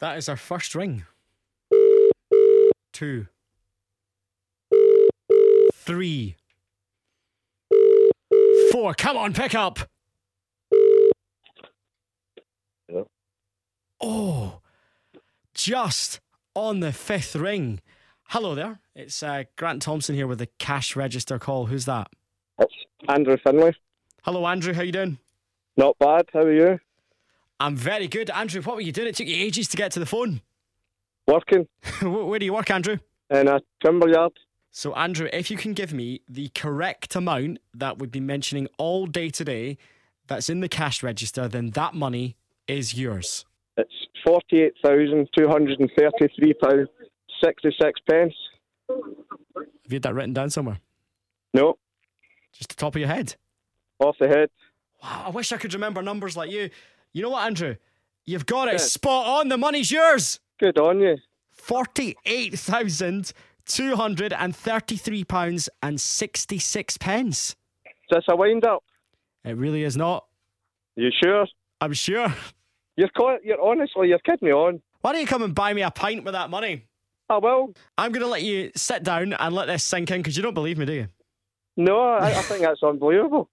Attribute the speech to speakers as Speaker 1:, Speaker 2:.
Speaker 1: That is our first ring. Two. Three. Four. Come on, pick up.
Speaker 2: Hello?
Speaker 1: Oh, just on the fifth ring. Hello there. It's uh, Grant Thompson here with the cash register call. Who's that?
Speaker 2: It's Andrew Finlay.
Speaker 1: Hello, Andrew. How you doing?
Speaker 2: Not bad. How are you?
Speaker 1: I'm very good. Andrew, what were you doing? It took you ages to get to the phone.
Speaker 2: Working
Speaker 1: Wh- Where do you work, Andrew?
Speaker 2: in a timber yard.
Speaker 1: So, Andrew, if you can give me the correct amount that we've been mentioning all day today that's in the cash register, then that money is yours.
Speaker 2: It's forty-eight thousand two hundred and thirty-three pound sixty-six pence.
Speaker 1: Have you had that written down somewhere?
Speaker 2: No,
Speaker 1: Just the top of your head.
Speaker 2: off the head.
Speaker 1: Wow, I wish I could remember numbers like you. You know what, Andrew? You've got it spot on. The money's yours.
Speaker 2: Good on you.
Speaker 1: Forty-eight thousand two hundred and thirty-three pounds and sixty-six pence.
Speaker 2: Is this a wind-up?
Speaker 1: It really is not.
Speaker 2: You sure?
Speaker 1: I'm sure.
Speaker 2: You're co- you're honestly you're kidding me on.
Speaker 1: Why don't you come and buy me a pint with that money?
Speaker 2: I will.
Speaker 1: I'm going to let you sit down and let this sink in because you don't believe me, do you?
Speaker 2: No, I, I think that's unbelievable.